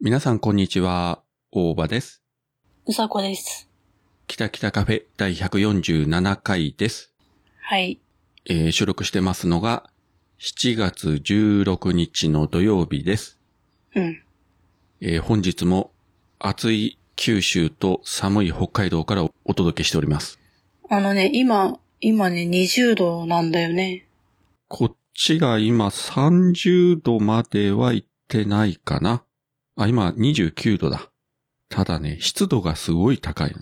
皆さんこんにちは、大場です。うさこです。北北カフェ第147回です。はい。えー収録してますのが7月16日の土曜日です。うん。えー本日も暑い九州と寒い北海道からお届けしております。あのね、今、今ね、20度なんだよね。こっちが今30度までは行ってないかな。あ、今29度だ。ただね、湿度がすごい高い。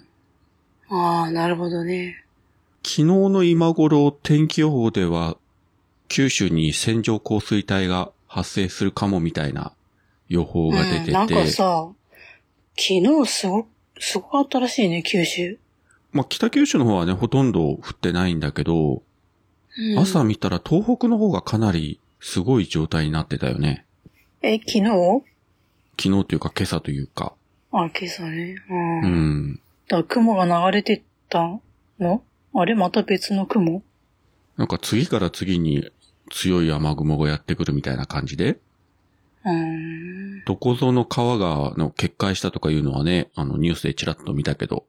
ああ、なるほどね。昨日の今頃天気予報では九州に線状降水帯が発生するかもみたいな予報が出てて、うん、なんかさ、昨日すご、すごかったらしいね、九州。まあ北九州の方はね、ほとんど降ってないんだけど、うん、朝見たら東北の方がかなりすごい状態になってたよね。え、昨日昨日というか今朝というか。あ、今朝ね。う。うんん。だ雲が流れてったのあれまた別の雲なんか次から次に強い雨雲がやってくるみたいな感じで、うーん。どこぞの川がの決壊したとかいうのはね、あのニュースでちらっと見たけど、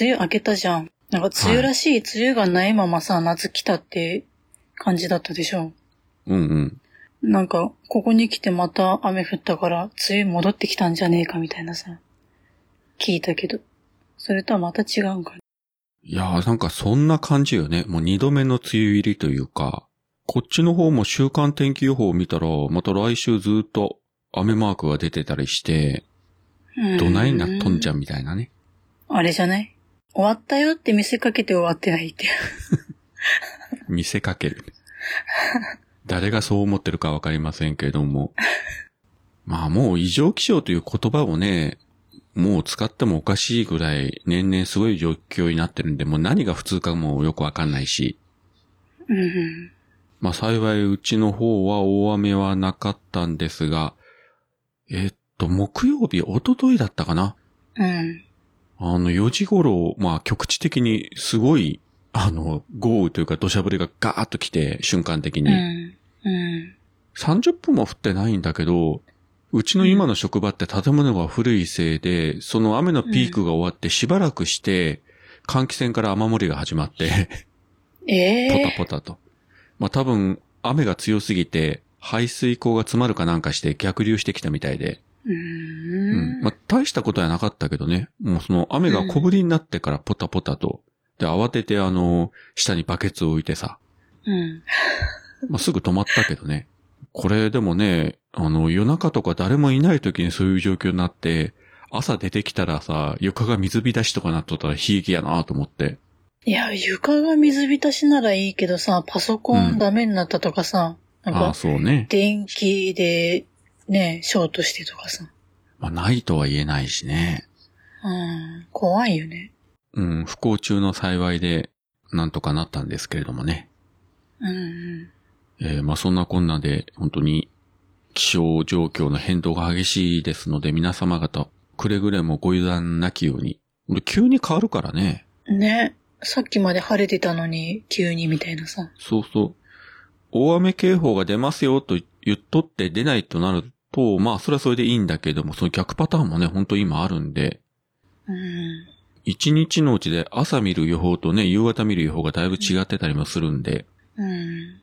梅雨明けたじゃん。なんか梅雨らしい、梅雨がないままさ、夏来たって感じだったでしょ。うんうん。なんか、ここに来てまた雨降ったから、梅雨戻ってきたんじゃねえかみたいなさ、聞いたけど。それとはまた違うんかね。いやーなんかそんな感じよね。もう二度目の梅雨入りというか、こっちの方も週間天気予報を見たら、また来週ずーっと雨マークが出てたりして、うどないなっとんじゃん。んみたいなね。あれじゃない終わったよって見せかけて終わってないっていう。見せかける。誰がそう思ってるかわかりませんけれども。まあもう異常気象という言葉をね、もう使ってもおかしいぐらい年々すごい状況になってるんで、もう何が普通かもよくわかんないし。うんうん。まあ幸いうちの方は大雨はなかったんですが、えっと、木曜日、一昨日だったかなうん。あの、4時頃、まあ局地的にすごい、あの、豪雨というか土砂降りがガーッと来て、瞬間的うに。ん。うん。 30分も降ってないんだけど、うちの今の職場って建物が古いせいで、その雨のピークが終わってしばらくして、換気扇から雨漏りが始まって、えポえタポタと。まあ多分、雨が強すぎて、排水口が詰まるかなんかして逆流してきたみたいで。う。うんまあ大したことはなかったけどね。もうその雨が小降りになってからポタポタと。で、慌ててあの、下にバケツを置いてさ。うん。まあすぐ止まったけどね。これでもね、あの、夜中とか誰もいない時にそういう状況になって、朝出てきたらさ、床が水浸しとかなっとったら悲劇やなと思って。いや、床が水浸しならいいけどさ、パソコうんンダメになったとかさ、なんああ、か、そうね。電気で、ね、ショートしてとかさ。まあないとは言えないしね。うん。怖いよね。うん、不幸中の幸いで、なんとかなったんですけれどもね。うんうん。えーまあそんなこんなで、本当に、気象状況の変動が激しいですので、皆様方、くれぐれもご油断なきように。俺急に変わるからね。ね。さっきまで晴れてたのに、急にみたいなさ。そうそう。大雨警報が出ますよと言っとって出ないとなると、まあそれはそれでいいんだけれども、その逆パターンもね、本当今あるんで、うん。一日のうちで朝見る予報とね、夕方見る予報がだいぶ違ってたりもするんで、うん。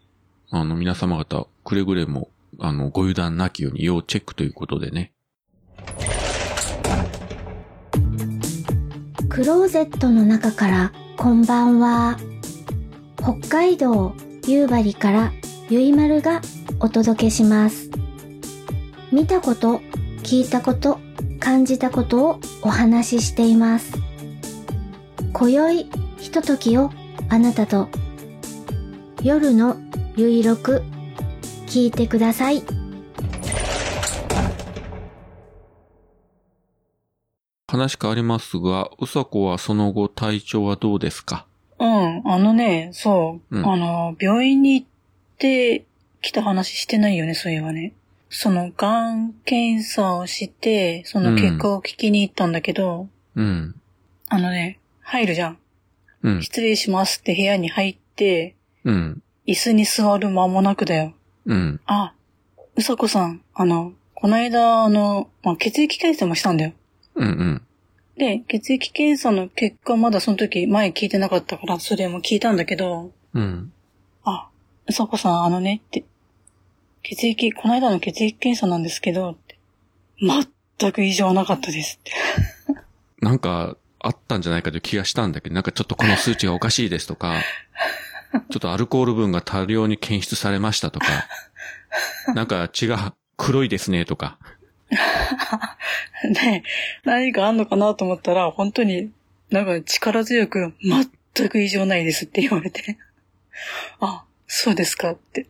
あの、皆様方、くれぐれも、あの、ご油断なきように要チェックということでね。クローゼットの中から、こんばんは。北海道夕張からゆいまるがお届けします。見たこと、聞いたこと、感じたことをお話ししています。今宵、ひとときをあなたと。夜のゆいろく、聞いてください。話変わりますが、うさこはその後体調はどうですかうん。あのね、そう。うんあの、病院に行ってきた話してないよね、そういえばね。その、がん検査をして、その結果を聞きに行ったんだけど、うん。あのね、入るじゃん。うん。失礼しますって部屋に入って、うん。椅子に座る間もなくだよ。うん。あ、うさこさん、あの、この間、あの、まあ、血液検査もしたんだよ。うんうん。で、血液検査の結果まだその時前聞いてなかったから、それも聞いたんだけど、うん。あ、うさこさんあのねって、血液、この間の血液検査なんですけど、って全く異常なかったですって。なんか、あったんじゃないかという気がしたんだけど、なんかちょっとこの数値がおかしいですと か、ちょっとアルコール分が多量に検出されましたとか、なんか血が黒いですねとか、 で、何かあんのかなと思ったら、本当になんか力強く、全く異常ないですって言われて。 あ、そうですかって。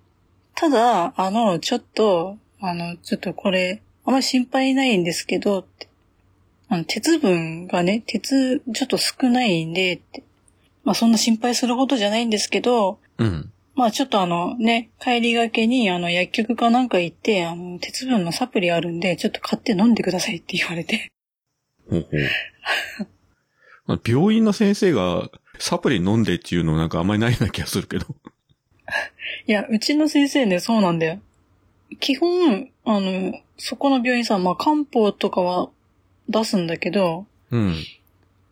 ただ、あの、ちょっと、あの、ちょっとこれ、あんまり心配ないんですけど、って。あの、鉄分がね、鉄、ちょっと少ないんで、って。まあ、そんな心配することじゃないんですけど、うん。まあちょっとあのね、帰りがけにあの薬局かなんか行って、あの、鉄分のサプリあるんで、ちょっと買って飲んでくださいって言われて。 ほう ほう。病院の先生がサプリ飲んでっていうのなんかあんまりないような気がするけど。いや、うちの先生ね、そうなんだよ。基本、あの、そこの病院さん、まあ漢方とかは出すんだけど、うん。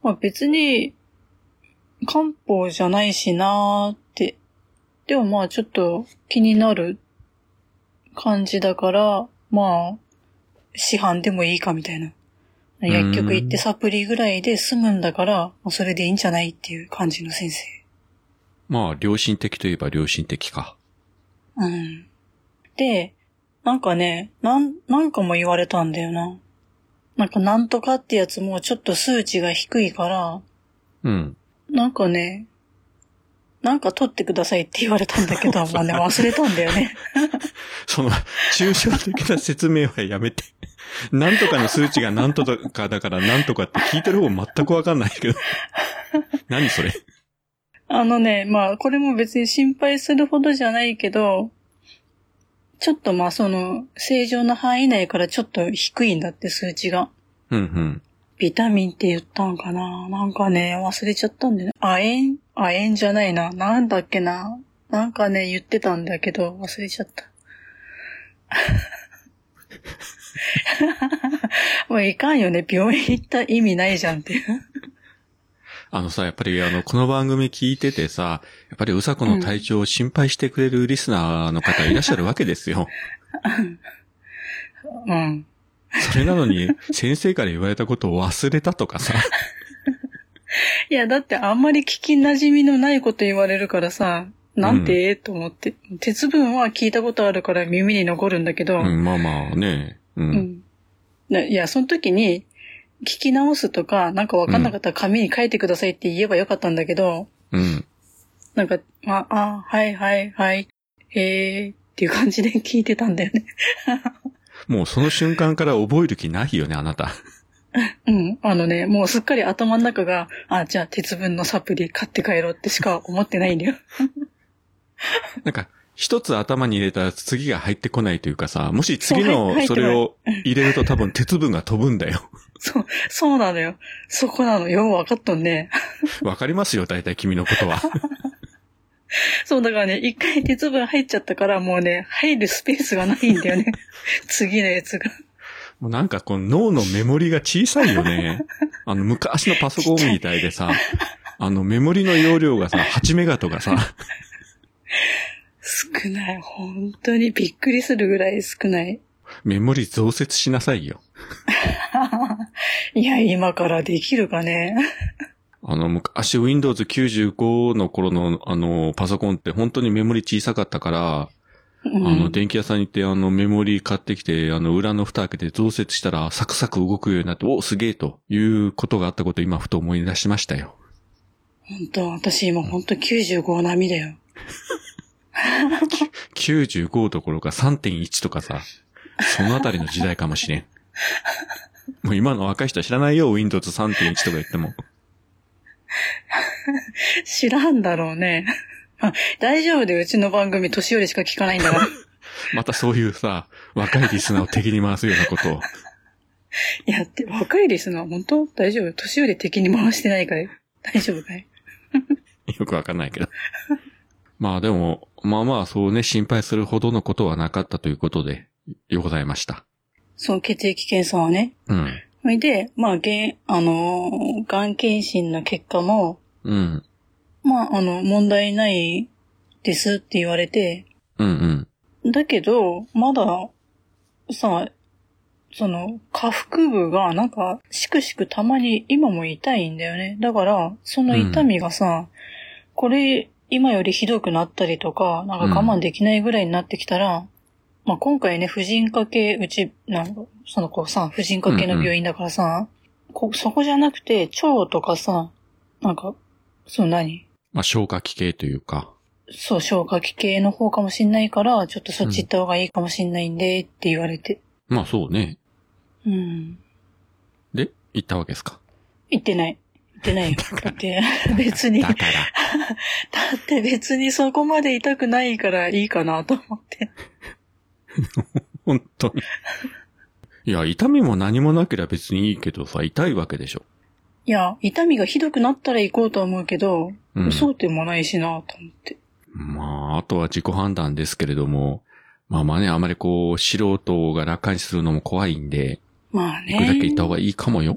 まあ別に、漢方じゃないしなーって。でもまあちょっと気になる感じだから、まあ、市販でもいいかみたいな。ん薬局行ってサプリぐらいで済むんだから、もうそれでいいんじゃないっていう感じの先生。まあ、良心的といえば良心的か。うん。で、なんかね、なん、なんかも言われたんだよな。なんかなんとかってやつもちょっと数値が低いから、うん。なんかね、なんか取ってくださいって言われたんだけど、まあね、忘れたんだよね。その、抽象的な説明はやめて。なんとかの数値がなんとかだからなんとかって聞いてる方全くわかんないけど。何それ。あのね、まあこれも別に心配するほどじゃないけど、ちょっとまあその、正常な範囲内からちょっと低いんだって数値が。うんうん。ビタミンって言ったんかななんかね、忘れちゃったんだよね。亜鉛亜鉛じゃないな。なんだっけななんかね、言ってたんだけど、忘れちゃった。 もういかんよね。病院行った意味ないじゃんっていう。あのさ、やっぱりあの、この番組聞いててさ、やっぱりうさこの体調を心配してくれるリスナーの方いらっしゃるわけですよ。うん。それなのに、先生から言われたことを忘れたとかさ。いや、だってあんまり聞き馴染みのないこと言われるからさ、なんて、と思って。鉄分は聞いたことあるから耳に残るんだけど、うん、まあまあね。う。うんん。ないや、その時に、聞き直すとか、なんかわかんなかったら紙に書いてくださいって言えばよかったんだけど、うん。なんか、まあ、あ、はいはいはい、へえーっていう感じで聞いてたんだよね。 もうその瞬間から覚える気ないよね、あなた。 うん。あのね、もうすっかり頭の中が、あ、じゃあ鉄分のサプリ買って帰ろうってしか思ってないんだよ。 なんか、一つ頭に入れたら次が入ってこないというかさ、もし次そうはのいそれを入れると多分鉄分が飛ぶんだよ。 そう、そうなのよ。そこなの。よう分かっとんね。 わかりますよ、大体君のことは。そう、だからね、一回鉄分入っちゃったから、もうね、入るスペースがないんだよ ね。次のやつが。もうなんかこの脳のメモリが小さいよね。あの昔のパソコンみたいでさ、あのメモリの容量がさ、8メガとかさ、少ない。本当にびっくりするぐらい少ない。 メモリ増設しなさいよ。いや、今からできるかね。あの、昔 Windows 95の頃の、あの、パソコンって本当にメモリ小さかったから、うん、あの、電気屋さんに行って、あの、メモリー買ってきて、あの、裏の蓋開けて増設したら、サクサク動くようになって、お、すげえということがあったことを今、ふと思い出しましたよ。本当私今本当95並みだよ。 95どころか3.1とかさ、そのあたりの時代かもしれん。 もう今の若い人は知らないよ、Windows 3.1とか言っても。知らんだろうね。あ大丈夫でうちの番組年寄りしか聞かないん だから。いまたそういうさ、若いリスナーを敵に回すようなことを。や、って若いリスナー本当大丈夫年寄り敵に回してないから。大丈夫かい よくわかんないけど。まあでも、まあまあそうね、心配するほどのことはなかったということで、ようございました。その血液検査はね。うん。それで、まあ、げん、あのー、がん検診の結果も、うん。まあ、あの、問題ないですって言われて、うんうん。だけど、まだ、さ、その、下腹部がなんか、しくしくたまに今も痛いんだよね。だから、その痛みがさ、これ、今よりひどくなったりとか、なんか我慢できないぐらいになってきたら、まあ今回ね、婦人科系、うち、なんか、その子さ、婦人科系の病院だからさ、こそこじゃなくて、腸とかさ、なんか、その何まあ、消化器系というか。そう、消化器系の方かもしんないから、ちょっとそっち行った方がいいかもしんないんで、って言われて。まあそうね。うん。で、行ったわけですか。行ってない。行ってないよ。だって、別に、だだっから。て別にそこまで痛くないからいいかなと思って。本当に。いや、痛みも何もなければ別にいいけどさ、痛いわけでしょ。いや、痛みがひどくなったら行こうとは思うけど、うん。そうでもないしなと思って。まあ、あとは自己判断ですけれども、まあまあね、あまりこう、素人が楽観視するのも怖いんで、まあ行くね。だけ行った方がいいかもよ。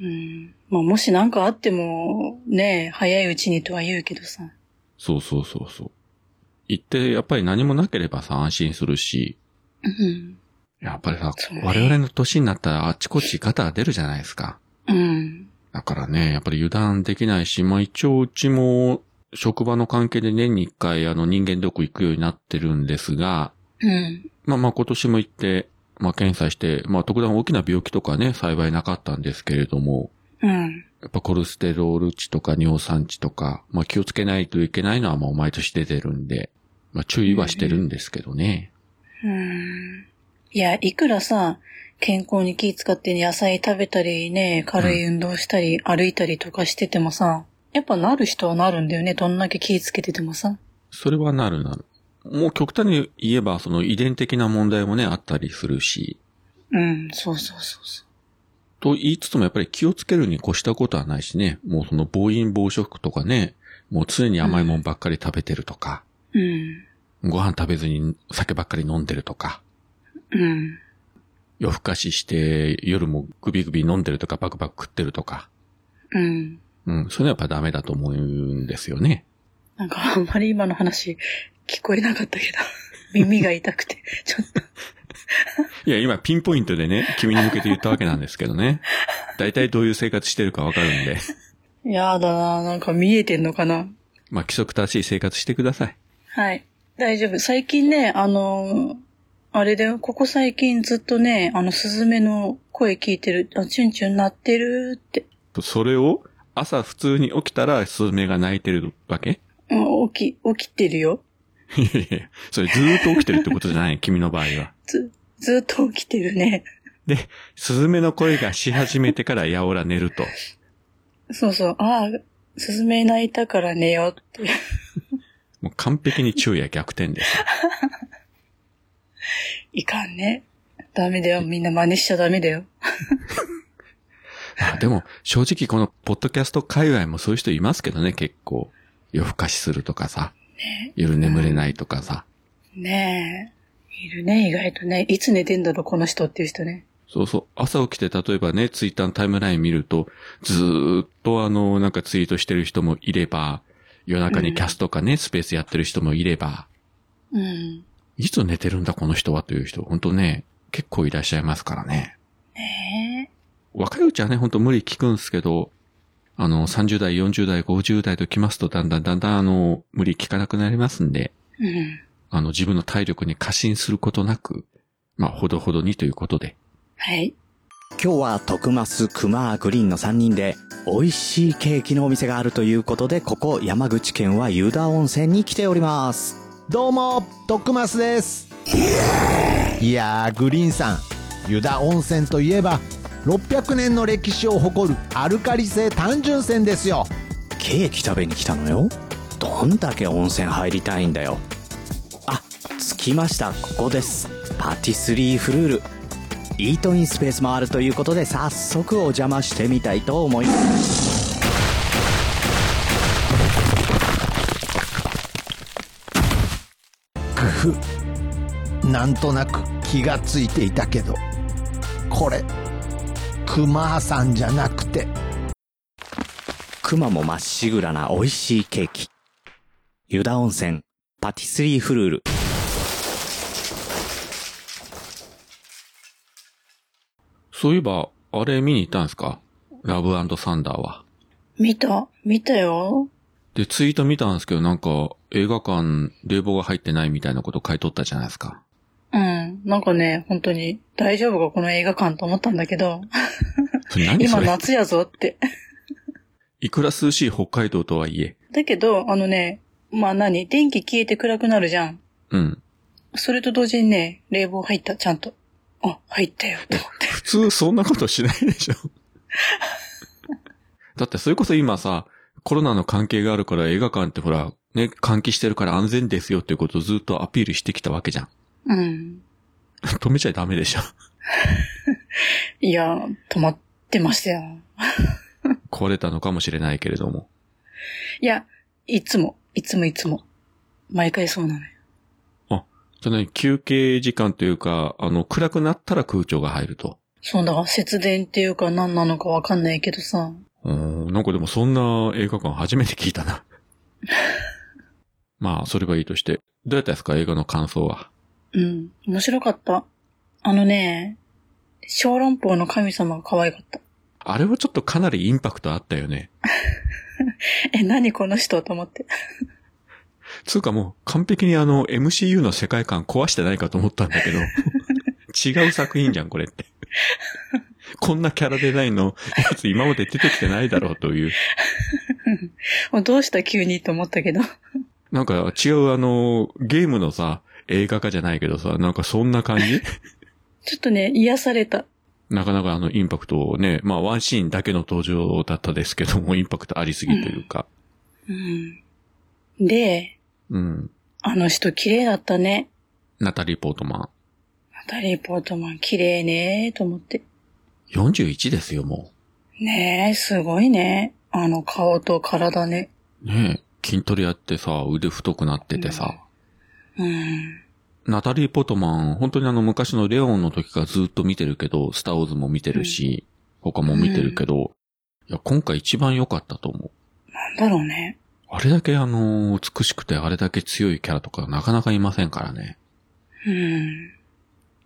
うん。まあもしなんかあっても、ね、早いうちにとは言うけどさ。そうそうそうそう。行って、やっぱり何もなければさ、安心するし、うん。やっぱりさそうね、我々の年になったらあっちこっち肩が出るじゃないですか。うん。だからね、やっぱり油断できないし、まあ一応うちも、職場の関係で年に一回あの人間ドック行くようになってるんですが、うん。まあまあ今年も行って、まあ検査して、まあ特段大きな病気とかね、幸いなかったんですけれども、うん。やっぱコルステロール値とか尿酸値とか、まあ気をつけないといけないのはまあ毎年出てるんで、まあ注意はしてるんですけどね。うーんいや、いくらさ、健康に気使って野菜食べたりね、軽い運動したり、歩いたりとかしててもさ、やっぱなる人はなるんだよね、どんだけ気つけててもさ。それはなるなる。もう極端に言えばその遺伝的な問題もね、あったりするし、うん、そうそうそうそと言いつつもやっぱり気をつけるに越したことはないしね、もうその暴飲暴食とかね、もう常に甘いもんばっかり食べてるとか、う。うん、ご飯食べずに酒ばっかり飲んでるとか、うん、夜更かしして夜もグビグビ飲んでるとかバクバク食ってるとか、うん。うん、そういうのはやっぱダメだと思うんですよね。なんかあんまり今の話聞こえなかった けど、耳が痛くて、ちょっと。いや、今ピンポイントでね、君に向けて言ったわけなんですけどね。 大体どういう生活してるかわかるんで、やだな、なんか見えてんのかな。まあ規則正しい生活してください。はい。大丈夫。最近ね、あのーあれだよ、ここ最近ずっとね、あの、スズメの声聞いてる、あ、チュンチュン鳴ってるって、それを朝普通に起きたらスズメが鳴いてるわけ うん、起き、起きてるよ。いやいやそれずーっと起きてるってことじゃない、君の場合は。ず、ずっと起きてるね。で、スズメの声がし始めてからやおら寝ると。そうそう、ああ、スズメ鳴いたから寝ようって。もう完璧に昼夜逆転です。いかんね。ダメだよ。みんな真似しちゃダメだよ。まあでも、正直このポッドキャスト界隈もそういう人いますけどね、結構。夜更かしするとかさ。夜眠れないとかさ。ねえ。いるね、意外とね。いつ寝てんだろう、この人っていう人ね。そうそう。朝起きて例えばね、ツイッターのタイムライン見ると、ずーっとあの、なんかツイートしてる人もいれば、夜中にキャスとかね、スペースやってる人もいれば、うん。いつ寝てるんだこの人はという人、本当ね、結構いらっしゃいますからね。ね若いうちはね、ほんと無理聞くんすけど、あの、30代、40代、50代と来ますと、だんだんだんだんあの、無理聞かなくなりますんで、え。うん。あの、自分の体力に過信することなく、まあ、ほどほどにということで。はい。今日は徳増、熊、グリーンの3人で美味しいケーキのお店があるということで、ここ山口県は湯田温泉に来ております。どうも、トクマスです。いやー、グリーンさん、湯田温泉といえば、600年の歴史を誇るアルカリ性単純泉ですよ。ケーキ食べに来たのよ。どんだけ温泉入りたいんだよ。あ、着きました。ここです。パティスリーフルール。イートインスペースもあるということで、早速お邪魔してみたいと思います。工夫なんとなく気がついていたけどこれ熊さんじゃなくて熊もまっしぐらな美味しいケーキ。湯田温泉、パティスリーフルール。そういえば、あれ見に行ったんですかラブサンダーは。見た、見たよ。で、ツイート見たんですけど、なんか、映画館、冷房が入ってないみたいなこと書いとったじゃないですか。うん。なんかね、本当に大丈夫かこの映画館と思ったんだけど、それ何そ今れ夏やぞって。 いくら涼しい北海道とはいえ。だけど、あのね、まあ何電気消えて暗くなるじゃん。うん。それと同時にね、冷房入った、ちゃんと。あ、入ったよ。普通そんなことしないでしょ。 だってそれこそ今さ、コロナの関係があるから映画館ってほら、ね、換気してるから安全ですよっていうことをずっとアピールしてきたわけじゃん。うん。止めちゃダメでしょ。いや、止まってましたよ。壊れたのかもしれないけれども。いや、いつも、いつもいつも。毎回そうなのよ。じゃあね、休憩時間というか、あの、暗くなったら空調が入ると。そうだ、節電っていうか何なのかわかんないけどさ。うーん、なんかでもそんな映画館初めて聞いたな。 まあ、それはいいとして。どうやったですか映画の感想は。うん、面白かった。あのね、小籠包の神様が可愛かった。あれはちょっとかなりインパクトあったよね。 え、何この人と思って。 つうかもう完璧にあの MCU の世界観壊してないかと思ったんだけど。 違う作品じゃん、これって。こんなキャラデザインのやつ今まで出てきてないだろうという。もうどうした急にと思ったけど。 なんか違うあの、ゲームのさ、映画化じゃないけどさ、なんかそんな感じちょっとね、癒された。なかなかあのインパクトをね、まあワンシーンだけの登場だったですけども、インパクトありすぎというか。うん。で、うん。あの人綺麗だったね。ナタリー・ポートマナタリー・ポートマン綺麗ねと思って。ン。41ですよ、もねえ、すごいね。あの顔と体ね。う。ねえ。筋トレやってさ、腕太くなっててさ。うん。ナタリー・ポートマン、本当にあの昔のレオンの時からずっと見てるけど、スター・ウォーズも見てるし、他も見てるけど、いや、今回一番良かったと思う。なんだろうね。あれだけあの、美しくてあれだけ強いキャラとかなかなかいませんからね。うん。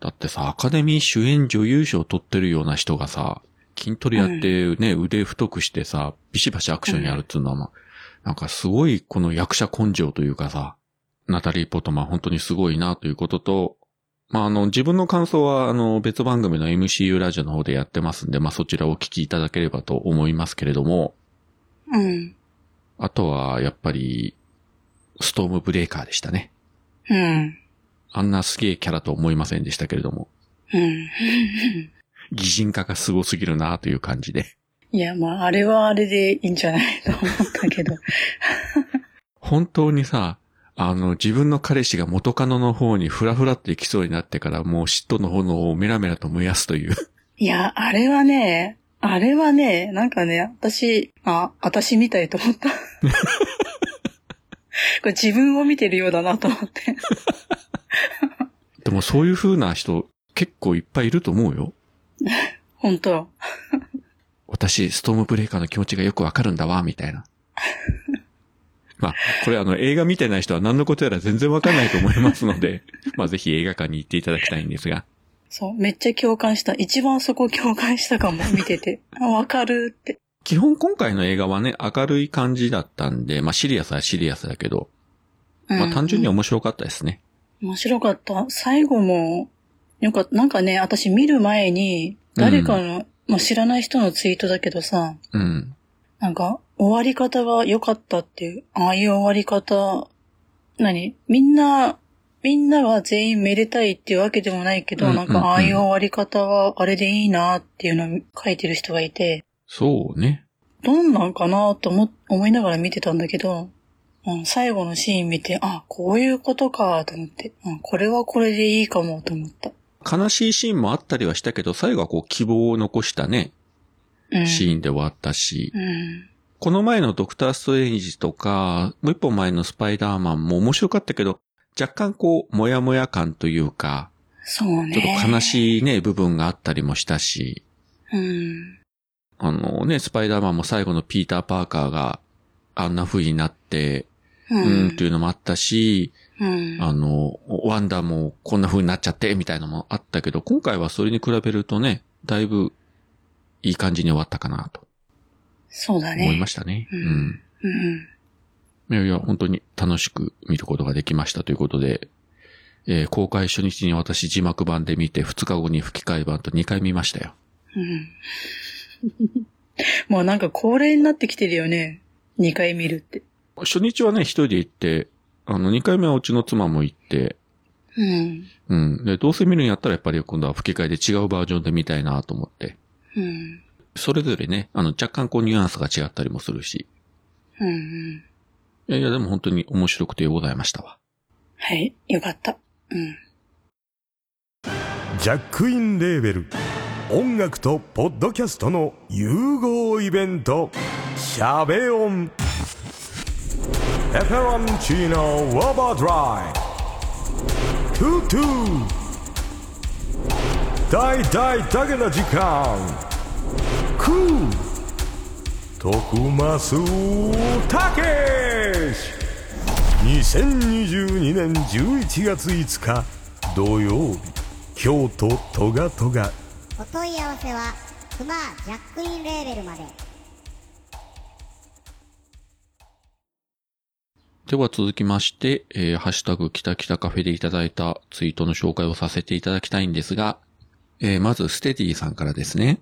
だってさ、アカデミー主演女優賞取ってるような人がさ、筋トレやってね、腕太くしてさ、ビシバシアクションやるっていうのは、まあなんかすごいこの役者根性というかさ、ナタリー・ポトマン本当にすごいなということと、まあ、あの、自分の感想は、あの、別番組の MCU ラジオの方でやってますんで、まあ、そちらをお聞きいただければと思いますけれども、うん。あとは、やっぱり、ストームブレーカーでしたね。うん。あんなすげえキャラと思いませんでしたけれども、うん。 擬人化が凄すぎるなという感じで。いや、まあ、あれはあれでいいんじゃないと思ったけど。本当にさ、あの、自分の彼氏が元カノの方にフラフラって行きそうになってからもう嫉妬の炎をメラメラと燃やすという。 いや、あれはね、あれはね、なんかね、私、あ、私みたいと 思った。これ自分を見てるようだなと思って。でもそういう風な人結構いっぱいいると思うよ。本当私、ストームブレーカーの気持ちがよくわかるんだわ、みたいな。 まあ、これあの、映画見てない人は何のことやら全然わかんないと思いますので、まあぜひ映画館に行っていただきたいんですが。そう、めっちゃ共感した。一番そこ共感したかも、見てて。あわかるって。基本今回の映画はね、明るい感じだったんで、まあシリアスはシリアスだけど、うんまあ単純に面白かったですね。面白かった。最後も、よかった。なんかね、私見る前に、誰かの、まあ、知らない人のツイートだけどさ、うん。なんか、終わり方が良かったっていう、ああいう終わり方、何みんな、みんなが全員めでたいっていうわけでもないけど、うんなんうんうんか、ああいう終わり方は、あれでいいなっていうのを書いてる人がいて、そうね。どんなんかなと思、思いながら見てたんだけど、うん、最後のシーン見て、あ、こういうことかと思って、うん、これはこれでいいかもと思った。悲しいシーンもあったりはしたけど、最後はこう希望を残したね、うん。シーンで終わったし、うん。この前のドクター・ストレンジとか、もう一本前のスパイダーマンも面白かったけど、若干こう、もやもや感というか、そうちょねっ。と悲しいね、部分があったりもしたし、うん。あのね、スパイダーマンも最後のピーター・パーカーがあんな風になって、う。うんん、っていうのもあったし、うん。あの、ワンダーもこんな風になっちゃって、みたいなのもあったけど、今回はそれに比べるとね、だいぶいい感じに終わったかなとそうだね。思いましたね。うんうんうん。いやいや、本当に楽しく見ることができましたということで、えー公開初日に私字幕版で見て、2日後に吹き替え版と2回見ましたよ。うん。もうなんか恒例になってきてるよね。2回見るって。初日はね、一人で行って、あの、2回目はうちの妻も行って、うん。うん。で、どうせ見るんやったらやっぱり今度は吹き替えで違うバージョンで見たいなと思って。うん。それぞれね、あの、若干こうニュアンスが違ったりもするし。うんうん。いやいや、でも本当に面白くてございましたわ。はい。よかった。うん。ジャックインレーベル音楽とポッドキャストの融合イベント「シャベオン」「エフェロンチーノウォーバードライ」「トゥトゥ」「大大だけな時間」「クー」「徳マスたけし」2022年11月5日土曜日京都トガトガお問い合わせはクマジャックインレーベルまででは続きまして、えーハッシュタグ、きたきたカフェでいただいたツイートの紹介をさせていただきたいんですが、えーまず、ステディさんからですね。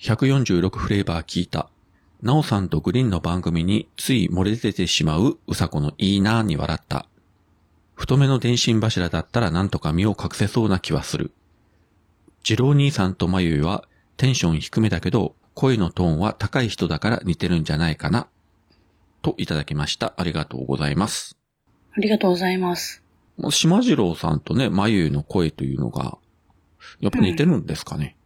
146フレーバー聞いた。なおさんとグリーンの番組につい漏れ出てしまううさこのいいなぁに笑った。太めの電信柱だったらなんとか身を隠せそうな気はする。次郎兄さんとまゆいはテンション低めだけど、声のトーンは高い人だから似てるんじゃないかな。といただきました。ありがとうございます。ありがとうございます。まあ島次郎さんとね、まゆゆの声というのが、やっぱ似てるんですかね。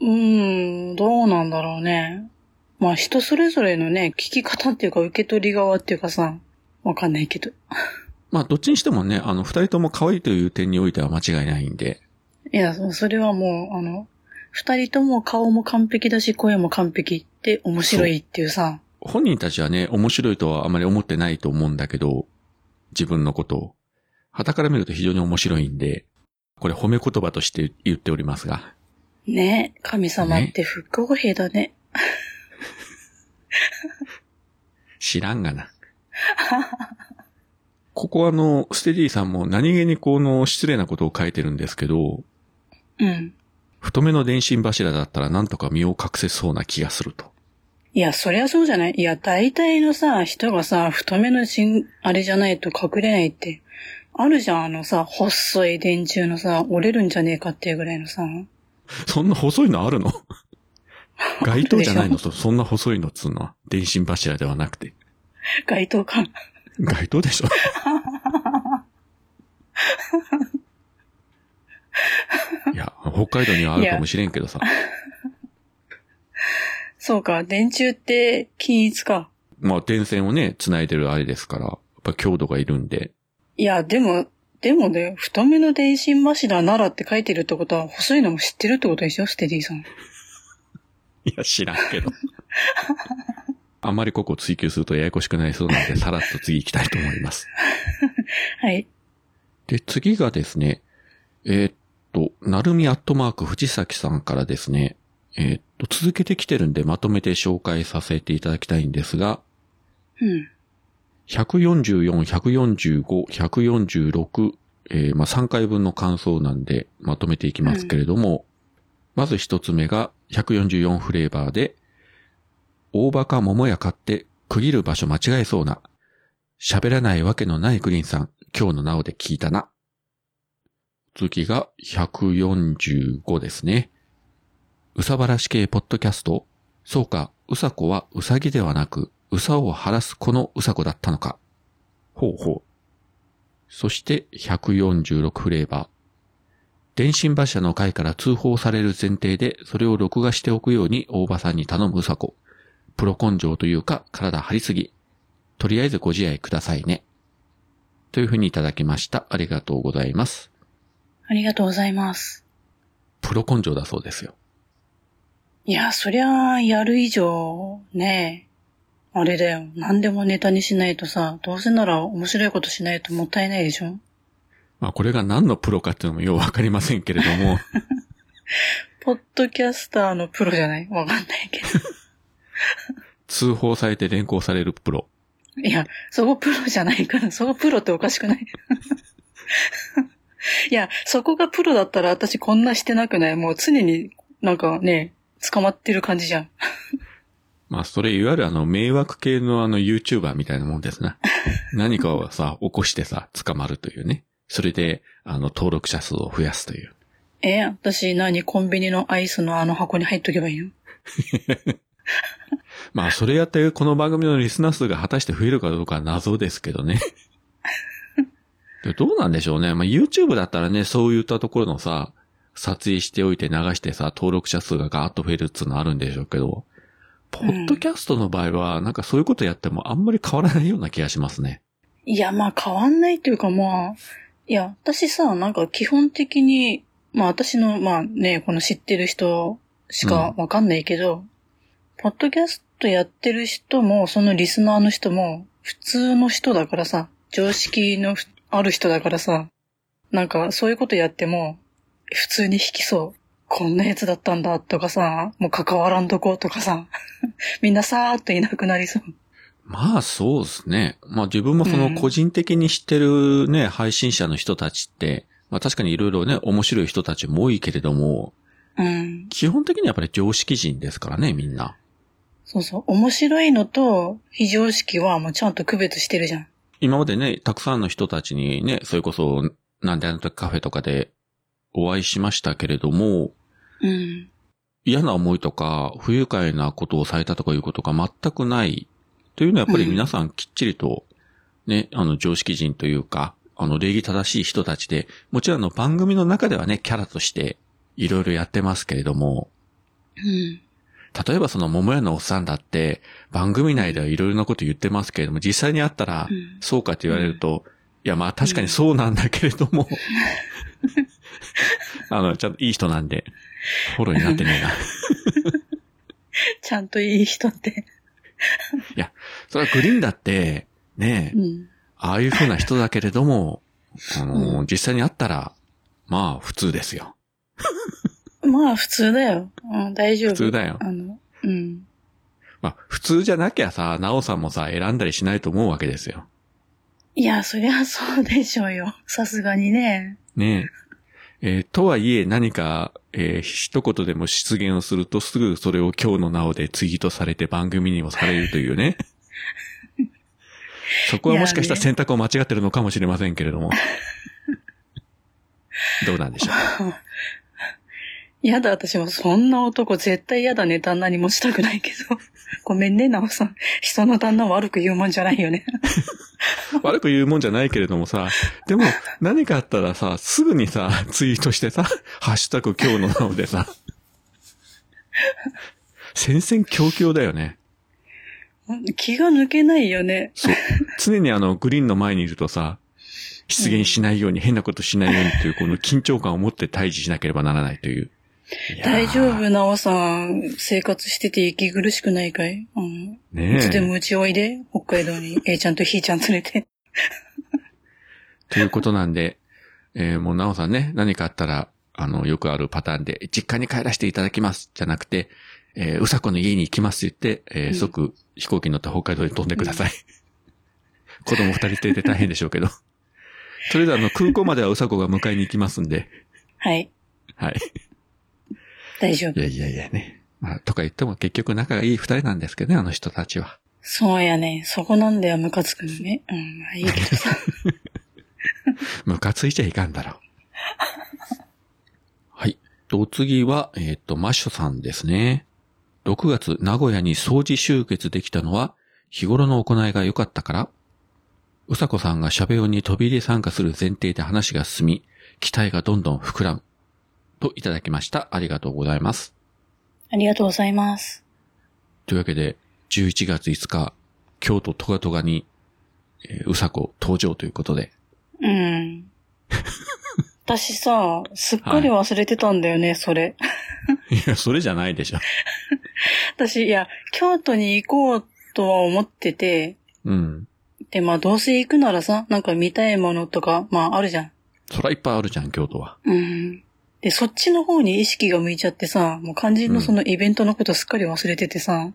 うーん、どうなんだろうね。まあ人それぞれのね、聞き方っていうか受け取り側っていうかさ、わかんないけど。まあ、どっちにしてもね、あの、二人とも可愛いという点においては間違いないんで、いや、そそれはもう、あの、二人とも顔も完璧だし、声も完璧って面白いっていうさ、本人たちはね、面白いとはあまり思ってないと思うんだけど、自分のことを。旗から見ると非常に面白いんで、これ褒め言葉として言っておりますが。ね、神様って復興兵だね。知らんがな。ここはあの、ステディさんも何気にこの失礼なことを書いてるんですけど、うん。太めの電信柱だったらなんとか身を隠せそうな気がすると。いや、そりゃそうじゃないいや、大体のさ、人がさ、太めのしん、あれじゃないと隠れないって、あるじゃん、あのさ、細い電柱のさ、折れるんじゃねえかっていうぐらいのさ、そんな細いのあるの街灯じゃないあるのそそんな細いのっつうのは。電信柱ではなくて。街灯か。 街灯でしょいや、北海道にはあるかもしれんけどさ。そうか、電柱って均一か。まあ、電線をね、繋いでるあれですから、やっぱ強度がいるんで。いや、でも、でもね、太めの電信柱ならって書いてるってことは、細いのも知ってるってことでしょ、ステディさん。いや、知らんけど。あまりここを追求するとややこしくなりそうなので、さらっと次行きたいと思います。はい。で、次がですね、えーっと、なるみアットマーク藤崎さんからですね、えーっと、続けてきてるんでまとめて紹介させていただきたいんですが、うん。 144、145、146、えーまあ、3回分の感想なんでまとめていきますけれども、まず一つ目が144フレーバーで、大バカ桃屋買って区切る場所間違えそうな、喋らないわけのないグリーンさん、今日のなおで聞いたな。次が145ですね。うさばらし系ポッドキャスト、そうか、うさこはうさぎではなく、うさを晴らすこのうさこだったのか。ほうほう。そして、146フレーバー。電信柱の回から通報される前提で、それを録画しておくように大場さんに頼むうさこ。プロ根性というか、体張りすぎ。とりあえずご自愛くださいね。というふうにいただきました。ありがとうございます。ありがとうございます。プロ根性だそうですよ。いや、そりゃ、やる以上、ねえ。あれだよ。何でもネタにしないとさ、どうせなら面白いことしないともったいないでしょまあこれが何のプロかっていうのもようわかりませんけれども、ポッドキャスターのプロじゃないわかんないけ通報されて連行されるプロ。ど。いや、そこプロじゃないから、そこプロっておかしくない いや、そこがプロだったら私こんなしてなくないもう常になんかね、捕まってる感じじゃん。まあそれいわゆるあの迷惑系のあの YouTuber みたいなもんですな。 何かをさ、起こしてさ、捕まるというね。それで、あの登録者数を増やすという。え、私何コンビニのアイスのあの箱に入っとけばいいのまあそれやってこの番組のリスナー数が果たして増えるかどうかは謎ですけどね。でどうなんでしょうね。まあ YouTube だったらね、そういったところのさ、撮影しておいて流してさ、登録者数がガーッと増えるっつうのあるんでしょうけど、ポッドキャストの場合は、なんかそういうことやってもあんまり変わらないような気がしますね。いや、まあ変わんないというかまあ、いや、私さ、なんか基本的に、まあ私の、まあね、この知ってる人しかわかんないけど、ポッドキャストやってる人も、そのリスナーの人も、普通の人だからさ、常識のふある人だからさ、なんかそういうことやっても、普通に引きそう。こんなやつだったんだとかさ、もう関わらんとことかさ、 みんなさーっといなくなりそう。まあそうですね。まあ自分もその個人的に知ってるね、配信者の人たちって、まあ確かにいろいろね、面白い人たちも多いけれども、うん。基本的にはやっぱり常識人ですからね、みんな。そうそう。面白いのと非常識はもうちゃんと区別してるじゃん。今までね、たくさんの人たちにね、それこそ、なんであの時カフェとかでお会いしましたけれども、うん。嫌な思いとか、不愉快なことをされたとかいうことが全くない。というのはやっぱり皆さんきっちりと、ね、あの、常識人というか、あの、礼儀正しい人たちで、もちろんあの番組の中ではね、キャラとして、いろいろやってますけれども、うん。例えばその桃屋のおっさんだって、番組内ではいろいろなこと言ってますけれども、実際に会ったらう、ん。そうかって言われると、いや、まあ確かにそうなんだけれど も、あの、ちゃんといい人なんで、フォローになってねえな。いちゃんといい人って。それはグリーンだって、ねうえ、ん。ああいう風な人だけれども、あの、実際に会ったら、まあ普通ですよ。まあ普通だよ。うん、大丈夫。普通だよあの、うん。まあ普通じゃなきゃさ、なおさんもさ、選んだりしないと思うわけですよ。いや、そりゃそうでしょうよ。さすがにね。ねえ。えーとはいえ何か、えー一言でも失言をするとすぐそれを今日のなおでツイートされて番組にもされるというね。そこはもしかしたら選択を間違ってるのかもしれませんけれども。どうなんでしょやだ、私もそんな男絶対やだね。旦那にもしたくないけど。 ごめんね、なおさん。人の旦那悪く言うもんじゃないよね。 う。 悪く言うもんじゃないけれどもさ、でも何かあったらさ、すぐにさ、ツイートしてさ、ハッシュタグ今日のなおでさ、戦々恐々だよね。気が抜けないよね。そう。常にあの、グリーンの前にいるとさ、出現しないように、変なことしないようにという、この緊張感を持って退治しなければならないという。いやー大丈夫、なおさん。生活してて息苦しくないかいうん。ねいつでえ。もうちおいで、北海道に A ちゃんとひーちゃん連れて。ということなんで、えーもうなおさんね、何かあったら、あの、よくあるパターンで、実家に帰らせていただきます、じゃなくて、えーうさこの家に行きますって言って、えーうん即飛行機に乗って北海道に飛んでください。 子供二人連れて大変でしょうけど。それではあの、空港まではうさこが迎えに行きますんで、はい。はい。大丈夫い。やいやいやね。まあ、とか言っても結局仲がいい二人なんですけどね、あの人たちは。そうやね。そこなんだよ、ムカつくのね。うん、まあいいけ どさ。ムカついちゃいかんだろう。 はい。と、お次は、えっ、と、マッシュさんですね。6月、名古屋に掃除集結できたのは、日頃の行いが良かったから、うさこさんが喋りに飛び入り参加する前提で話が進み、期待がどんどん膨らむ。といただきました。ありがとうございます。ありがとうございます。というわけで、11月5日、京都トガトガに、えーうさこ登場ということで、うん。私さ、すっかり忘れてたんだよね、それ。いや、それじゃないでしょ。私、いや、京都に行こうとは思ってて、うん。で、まあ、どうせ行くならさ、なんか見たいものとか、まあ、あるじゃん。そらいっぱいあるじゃん、京都は。うん。で、そっちの方に意識が向いちゃってさ、もう肝心のそのイベントのことすっかり忘れててさ、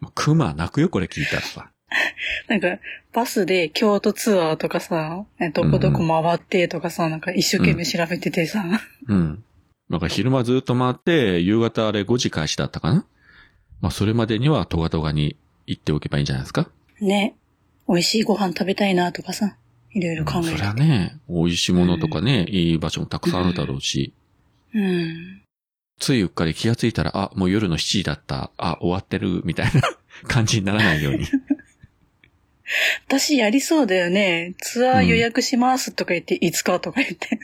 もう熊泣くよ、これ聞いたらさ。なんか、バスで京都ツアーとかさ、えどこどこ回ってとかさ、なんか一生懸命調べててさ、うん。なんか昼間ずっと回って、夕方あれ5時開始だったかなまあ、それまでにはトガトガに行っておけばいいんじゃないですかね、美味しいご飯食べたいなとかさ、いろいろ考そえりてゃ。ね、美味しいものとかね、いい場所もたくさんあるだろうし、うん。ついうっかり気がついたら、あ、もう夜の7時だった、あ、終わってる、み たいな感じにならないように。私やりそうだよね。ツアー予約しますとか言って、いつかとか言って。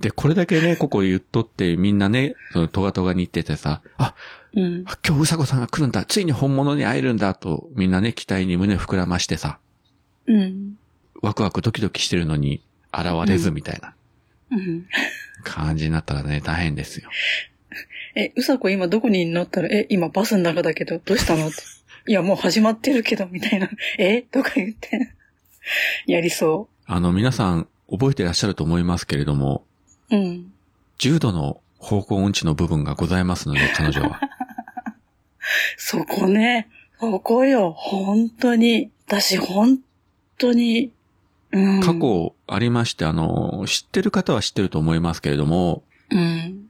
で、これだけね、ここ言っとって、みんなね、そのトガトガに行っててさ、あ、うん。今日うさこさんが来るんだ、ついに本物に会えるんだ、と、みんなね、期待に胸膨らましてさ、うん。ワクワクドキドキしてるのに、現れず、みたいなうん。感じになったらね、大変ですよ。え、うさこ今どこにいんのったら、え、今バスの中だけど、どうしたのって。いや、もう始まってるけど、みたいな。えとか言って。やりそあの、皆さん、覚えてらっしゃると思いますけれども、う。うん。重度の方向音痴の部分がございますので、彼女は。そこね。そこよ。本当に。私、本当に。うん。過。去ありまして、あの、知ってる方は知ってると思いますけれども、うん。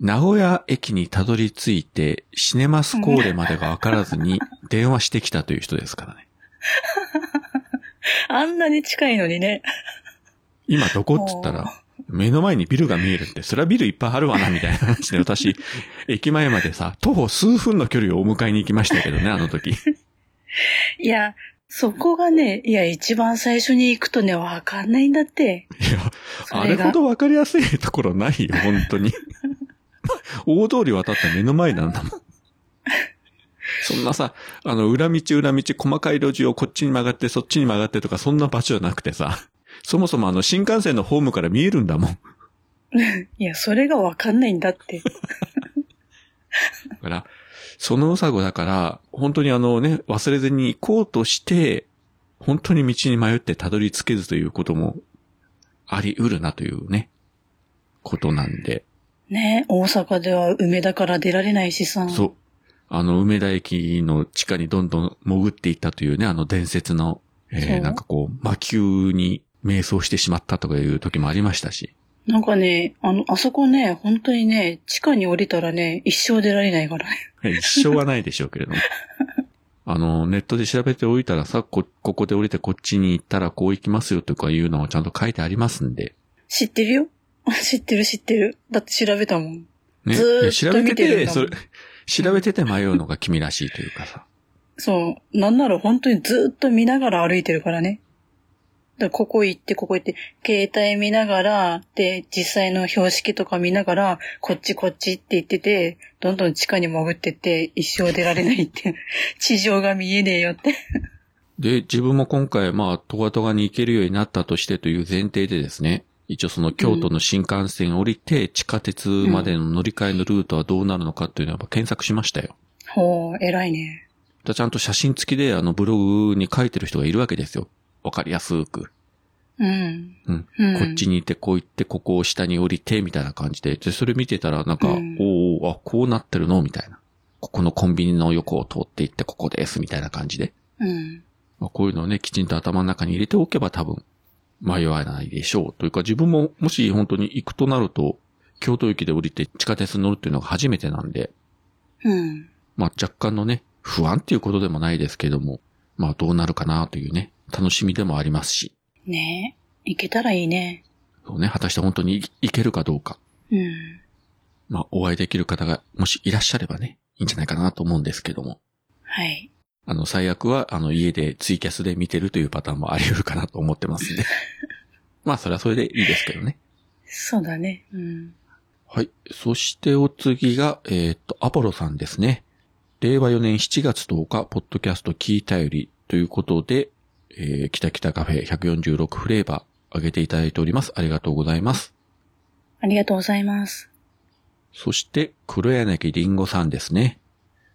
名古屋駅にたどり着いて、シネマスコーレまでがわからずに電話してきたという人ですからね。あんなに近いのにね。今どこっつったおーら、目の前にビルが見えるって、それはビルいっぱいあるわな、みたいな話 で、私、駅前までさ、徒歩数分の距離をお迎えに行きましたけどね、あの 時。いや、そこがね、いや、一番最初に行くとね、わかんないんだって。いや、そあれれがほどわかりやすいところないよ、本当 に。大通り渡った目の前なんだもん。そんなさ、あの、裏道裏道、細かい路地をこっちに曲がって、そっちに曲がってとか、そんな場所じゃなくてさ、そもそもあの、新幹線のホームから見えるんだもん。いや、それがわかんないん だって。だから、そのうさごだから、本当にあのね、忘れずに行こうとして、本当に道に迷ってたどり着けずということも、あり得るなというね、ことなんで。ね、大阪では梅だから出られないしさ。そう。あの、梅田駅の地下にどんどん潜っていったというね、あの伝説の、そえうー、なんかこう、魔球に迷走してしまったとかいう時もありましたし。なんかね、あの、あそこね、本当にね、地下に降りたらね、一生出られないからね。一生はないでしょうけれ ども。あの、ネットで調べておいたらさ、こ、ここで降りてこっちに行ったらこう行きますよとかいうのをちゃんと書いてありますんで。知ってるよ 知ってる知ってる。だって調べたもん。ね。ずーっといや調べて見てるんだもんそれ、調べてて迷うのが君らしいというかさ。そう。なんなら本当にずっと見ながら歩いてるからね。だからここ行って、ここ行って、携帯見ながら、で、実際の標識とか見ながら、こっちこっちって言ってて、どんどん地下に潜ってって、一生出られないって。地上が見えねえよって。で、自分も今回、まあ、トガトガに行けるようになったとしてという前提でですね、一応その京都の新幹線を降りて、地下鉄までの乗り換えのルートはどうなるのかっていうのはやっぱ検索しましたよ。ほう、偉いね。だちゃんと写真付きであのブログに書いてる人がいるわけですよ。わかりやすく。うん。うん。うんこっちに行って、こう行って、ここを下に降りて、みたいな感じで。で、それ見てたら、なんか、うんおーおーあ、こうなってるのみたいな。ここのコンビニの横を通って行って、ここです、みたいな感じで。うん。まあ、こういうのをね、きちんと頭の中に入れておけば多分迷わないでしょう。というか自分ももし本当に行くとなると、京都駅で降りて地下鉄に乗るっていうのが初めてなんで、うん。まあ若干のね、不安っていうことでもないですけども、まあどうなるかなというね、楽しみでもありますし、ねえ。行けたらいいね。そうね、果たして本当に行行けるかどうか、うん。まあお会いできる方がもしいらっしゃればね、いいんじゃないかなと思うんですけども、はい。あの最悪はあの家でツイキャスで見てるというパターンもあり得るかなと思ってますん で、まあそれはそれでいいですけどね。そうだね。うん。はい。そしてお次が、えーっと、アポロさんですね。令和4年7月10日、ポッドキャスト聞いたよりということで、えー、キタキタカフェ146フレーバー、上げていただいております。ありがとうございます。ありがとうございます。そして、黒柳りんごさんですね。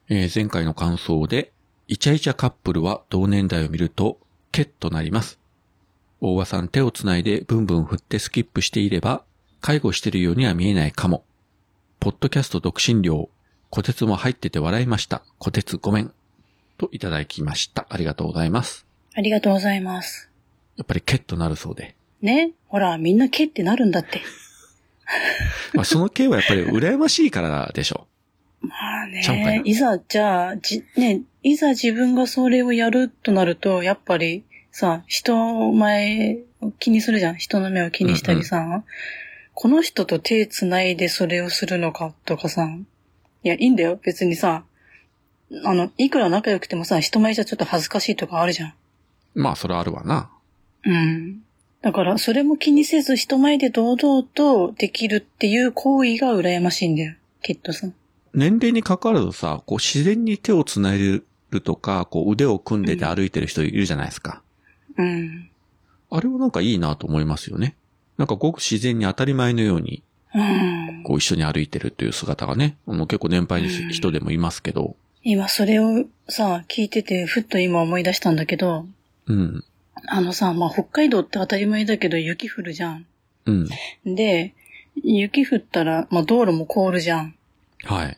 えー前回の感想で、イチャイチャカップルは同年代を見ると、ケッとなります。大和さん手をつないでブンブン振ってスキップしていれば、介護してるようには見えないかも。ポッドキャスト独身寮、小鉄も入ってて笑いました。小鉄ごめん。といただきました。ありがとうございます。ありがとうございます。やっぱりケッとなるそうで。ねほら、みんなケってなるんだって。まあ、その系はやっぱり羨ましいからでしょ。まあちゃんぽんやね、いざ、じゃあ、じ、ね、いざ自分がそれをやるとなると、やっぱりさ、人前を気にするじゃん人の目を気にしたりさ、この人と手つないでそれをするのかとかさ、いや、いいんだよ、別にさ、あの、いくら仲良くてもさ、人前じゃちょっと恥ずかしいとかあるじゃん。まあ、それはあるわな。うん。だから、それも気にせず人前で堂々とできるっていう行為が羨ましいんだよ、きっとさ。年齢に関わらずさ、こう自然に手を繋いでるとか、こう腕を組んでて歩いてる人いるじゃないですか。うん。あれはなんかいいなと思いますよね。なんかごく自然に当たり前のように、うん。こう一緒に歩いてるという姿がね、もう結構年配のうん人でもいますけど、今それをさ、聞いてて、ふっと今思い出したんだけど、うん、あのさ、まあ、北海道って当たり前だけど雪降るじゃん。うん、で、雪降ったら、まあ、道路も凍るじゃん。はい。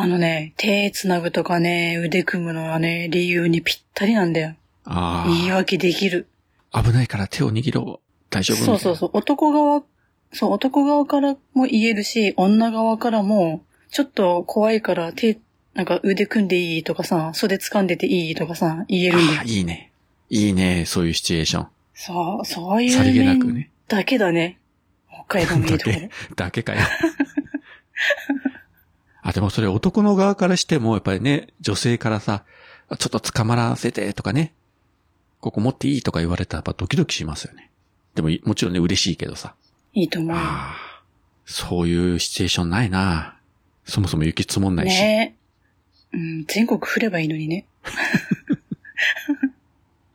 あのね、手繋ぐとかね、腕組むのはね、理由にぴったりなんだよ。あ言い訳できる。あ、危ないから手を握ろう。大丈夫。そうそうそうう。男側、そう、男側からも言えるし、女側からも、ちょっと怖いから手、なんか腕組んでいいとかさ、袖掴んでていいとかさ、言えるんだよああ、。いいね。いいね、そういうシチュエーション。そう、そうさりいげうなくね面だけだね。北海道のいいところ。だけかよ。 あ、でもそれ男の側からしても、やっぱりね、女性からさ、ちょっと捕まらせてとかね、ここ持っていいとか言われたらやっぱドキドキしますよね。でもい、もちろんね、嬉しいけどさ。いいと思う。ああ、そういうシチュエーションないなそもそも雪積もんないし。ねえ。うん、全国降ればいいのにね。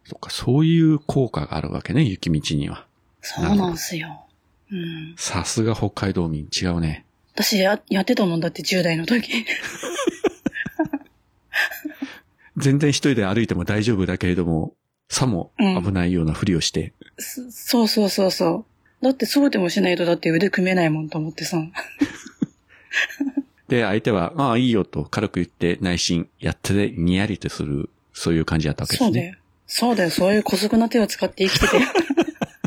そっか、そういう効果があるわけね、雪道には。そうなんすよ。うん。さすが北海道民、違うね。私や、やってたもんだって10代の時。 全然一人で歩いても大丈夫だけれども、さも危ないようなふりをして、そそうそうそうそう。だってそうでもしないとだって腕組めないもんと思ってさ。で、相手は、まあいいよと軽く言って内心やっててにやりとする、そういう感じだったわけでそすうだね。よ。そうだよ。そういう姑息な手を使って生きてて。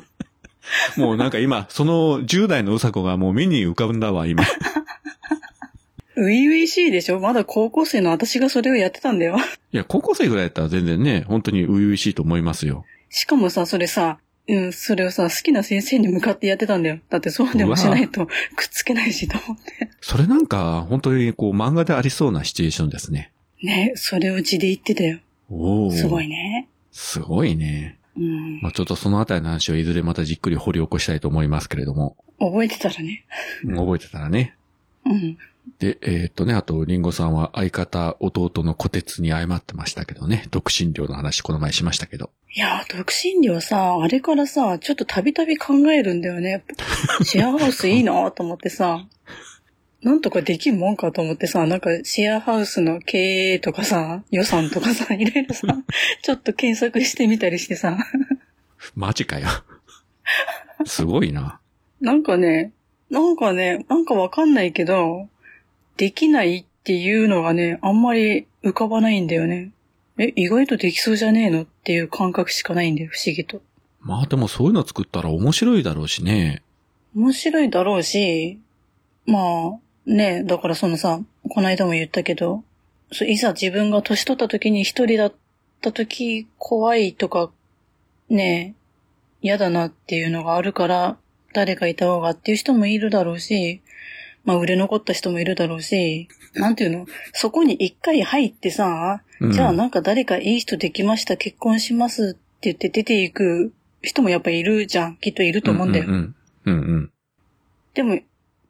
もうなんか今、その10代のうさこがもう目に浮かんだわ、 今。い初々しいでしょまだ高校生の私がそれをやってたんだよ。や、高校生ぐらいだったら全然ね、本当に初々しいと思いますよ。しかもさ、それさ、うん、それをさ、好きな先生に向かってやってたんだよ。だってそうでもしないとくっつけないしと思って。それなんか、本当にこう漫画でありそうなシチュエーションですね。ね、それを地で言ってたよ。おお。すごい。ね。すごいね。うん。まあちょっとそのあたりの話をいずれまたじっくり掘り起こしたいと思いますけれども、覚えてたらね。覚えてたらね。うん。で、えーっとね、あと、リンゴさんは相方、弟の小鉄に謝ってましたけどね、独身寮の話この前しましたけど。いやー、独身寮さ、あれからさ、ちょっとたびたび考えるんだよね。シェアハウスいいなと思ってさ、なんとかできんもんかと思ってさ、なんかシェアハウスの経営とかさ、予算とかさ、いろいろさ、ちょっと検索してみたりしてさ、マジ かよ。すごいな。なんかね、なんかね、なんかわかんないけど、できないっていうのがね、あんまり浮かばないんだよね。え、意外とできそうじゃねえのっていう感覚しかないんだよ、不思議と。まあでもそういうの作ったら面白いだろうしね。面白いだろうし、まあ、ね、だからそのさ、この間も言ったけど、そういざ自分が年取った時に一人だった時怖いとか、ね、嫌だなっていうのがあるから、誰かいた方がっていう人もいるだろうし、まあ売れ残った人もいるだろうし、なんていうのそこに一回入ってさ、うんじゃあなんか誰かいい人できました、結婚しますって言って出ていく人もやっぱいるじゃん。きっといると思うんだよ。うんうん、うんうんでも、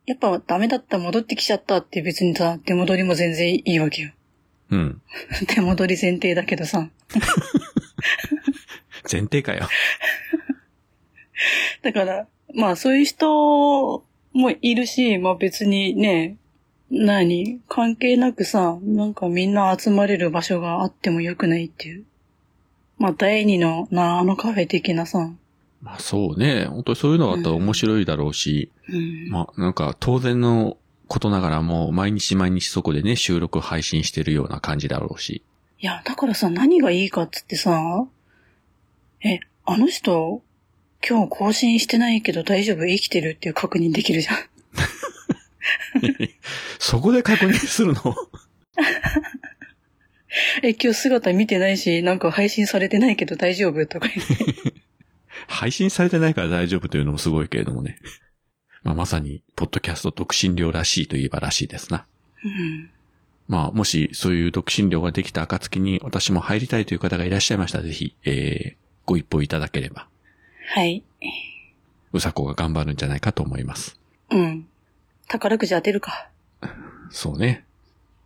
やっぱダメだった、戻ってきちゃったって別にさ、出戻りも全然いいわけよ。 うん。うん。出戻り前提だけどさ。前提かよ。だから、まあそういう人もいるし、まあ別にね、何関係なくさ、なんかみんな集まれる場所があってもよくないっていう。まあ第二のな、あのカフェ的なさ。まあそうね。本当にそういうのがあったら面白いだろうし、うん。まあなんか当然のことながらもう毎日毎日そこでね、収録配信してるような感じだろうし。いや、だからさ、何がいいかっつってさ、え、あの人、今日更新してないけど大丈夫生きてるっていう確認できるじゃん。 そこで確認するのえ、今日姿見てないし、なんか配信されてないけど大丈夫と か言って。配信されてないから大丈夫というのもすごいけれどもね。 まあまさに、ポッドキャスト独身寮らしいといえばらしいですな。うん。まあ、もしそういう独身寮ができた暁に私も入りたいという方がいらっしゃいましたら、ぜひ、えー、ご一報いただければ、はい。うさこが頑張るんじゃないかと思います。うん。宝くじ当てるか。そうね。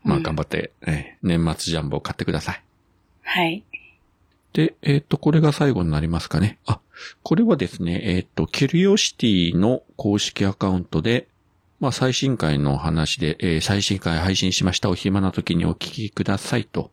まあ、うん頑張って、えー年末ジャンボを買ってください。はい。で、えっ、と、これが最後になりますかね。あ、これはですね、えっ、と、キュリオシティの公式アカウントで、まあ、最新回のお話で、えー最新回配信しました。お暇な時にお聞きください。と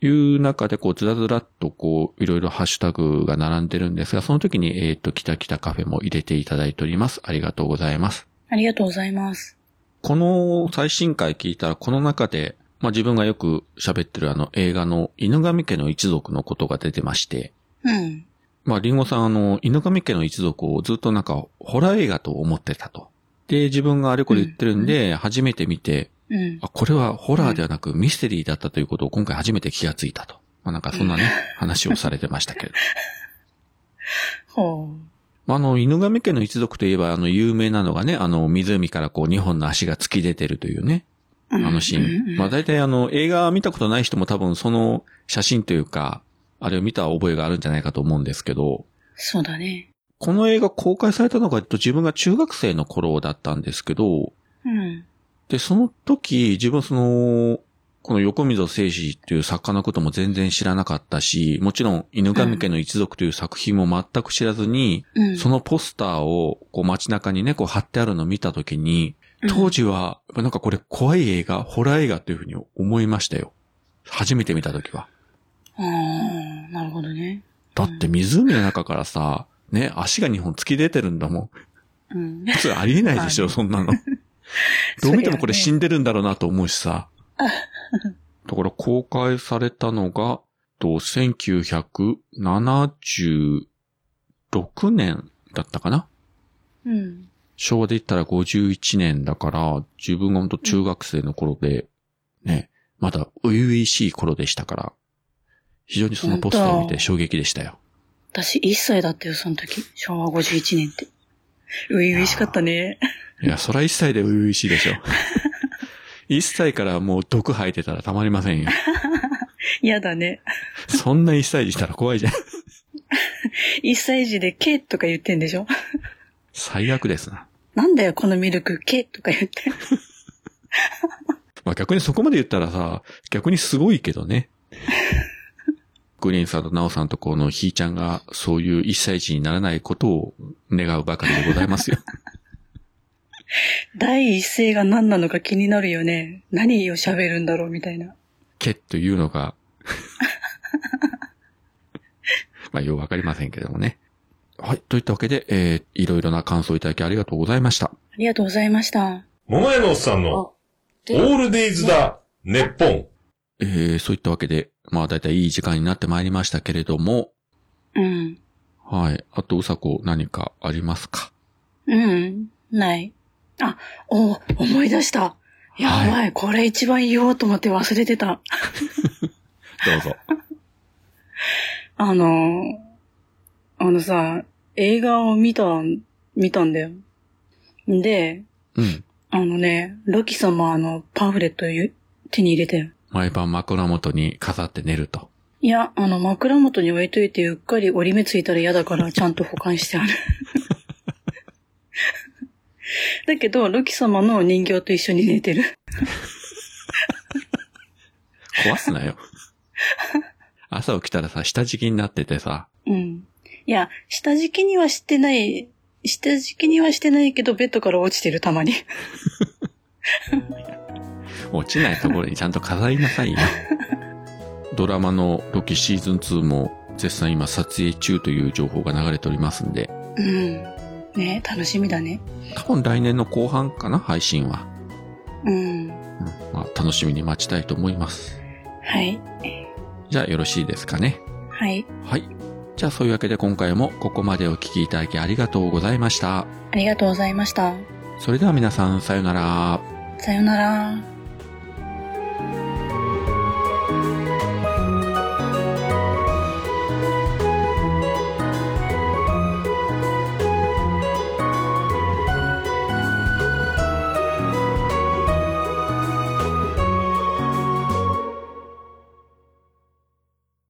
いう中で、こう、ずらずらっと、こう、いろいろハッシュタグが並んでるんですが、その時に、えっ、と、きたきたカフェも入れていただいております。ありがとうございます。ありがとうございます。この最新回聞いたら、この中で、まあ、自分がよく喋ってるあの映画の犬神家の一族のことが出てまして、うん。まあ、リンゴさん、あの、犬神家の一族をずっとなんか、ホラー映画と思ってたと。で、自分があれこれ言ってるんで、初めて見て、うん。あ、これはホラーではなくミステリーだったということを今回初めて気がついたと。まあ、なんかそん なね、話をされてましたけれど。ほまあ、あの、犬神家の一族といえば、あの、有名なのがね、あの、湖からこう、2本の足が突き出てるというね、う。ああのシーン。まあ大体あの映画見たことない人も多分その写真というか、あれを見た覚えがあるんじゃないかと思うんですけど、そうだね。この映画公開されたのがえっと自分が中学生の頃だったんですけど、うん。で、その時自分はその、この横溝正史っていう作家のことも全然知らなかったし、もちろん犬神家の一族という作品も全く知らずに、うん。そのポスターをこう街中にね、こう貼ってあるのを見た時に、当時は、やっぱなんかこれ怖い映画、ホラー映画というふうに思いましたよ。初めて見た時は。うん。ああ、なるほどね。だって湖の中からさ、ね、足が2本突き出てるんだもん。うん。普通ありえないでしょ、そんなの。どう見てもこれ死んんでるんだろうなと思うしさ。だから公開されたのが、と1976年だったかなうん。昭和で言ったら51年だから、自分が本当中学生の頃で、ね、まだ初々しい頃でしたから、非常にそのポスターを見て衝撃でしたよ。私1歳だったよ、その時。昭和51年って。ういういしかったね。 いや、そら1歳で初々しいでしょ。1歳からもう毒吐いてたらたまりませんよ。嫌だね。 そんな1歳児したら怖 いじゃん。 1歳児で、けとか言ってんでしょ最悪ですな。なんだよ、このミルク、けとか言って。 まあ逆にそこまで言ったらさ、逆にすごいけど ね。グリーンさんとナオさんとこのひーちゃんがそういう1歳児にならないことを願うばかりでござい ますよ。第一声が何なのか気になるよね。何を喋るんだろう、みたいな。けというの が、まあ、ようわかりませんけどもね。はい。といったわけで、えー、いろいろな感想をいただきありがとうございました。ありがとうございました。桃屋のおっさんの、オールデイズだ、ネッポン。えー、そういったわけで、まあ、だいたいいい時間になってまいりましたけれども、うん。はい。あと、うさこ、何かありますかうん。ない。あ、お思い出した。やばい,、はこれ一番言おうと思って忘れてた。どうぞ。あのー、あのさ、映画を見た、見たんだよ。で、うん。あのね、ロキ様のパンフレットをゆ手に入れたよ。毎晩枕元に飾って寝ると。いや、あの、枕元に置いといてうっかり折り目ついたら嫌だから、ちゃんと保管してある。 だけど、ロキ様の人形と一緒に寝てる。壊すな よ。朝起きたらさ、下敷きになっててさ、うん。いや、下敷きにはしてない下敷きにはしてないけど、ベッドから落ちてる、たまに。落ちないところにちゃんと飾りなさいよ。ドラマのロキシーズン2も絶賛今撮影中という情報が流れておりますんで、うん。ね楽しみだね。多分来年の後半かな、配信は。うん。うんまあ、楽しみに待ちたいと思います。はい。じゃあよろしいですかね。はい。はい。じゃあそういうわけで今回もここまでお聞きいただきありがとうございました。ありがとうございました。それでは皆さん、さようなら。さよなら。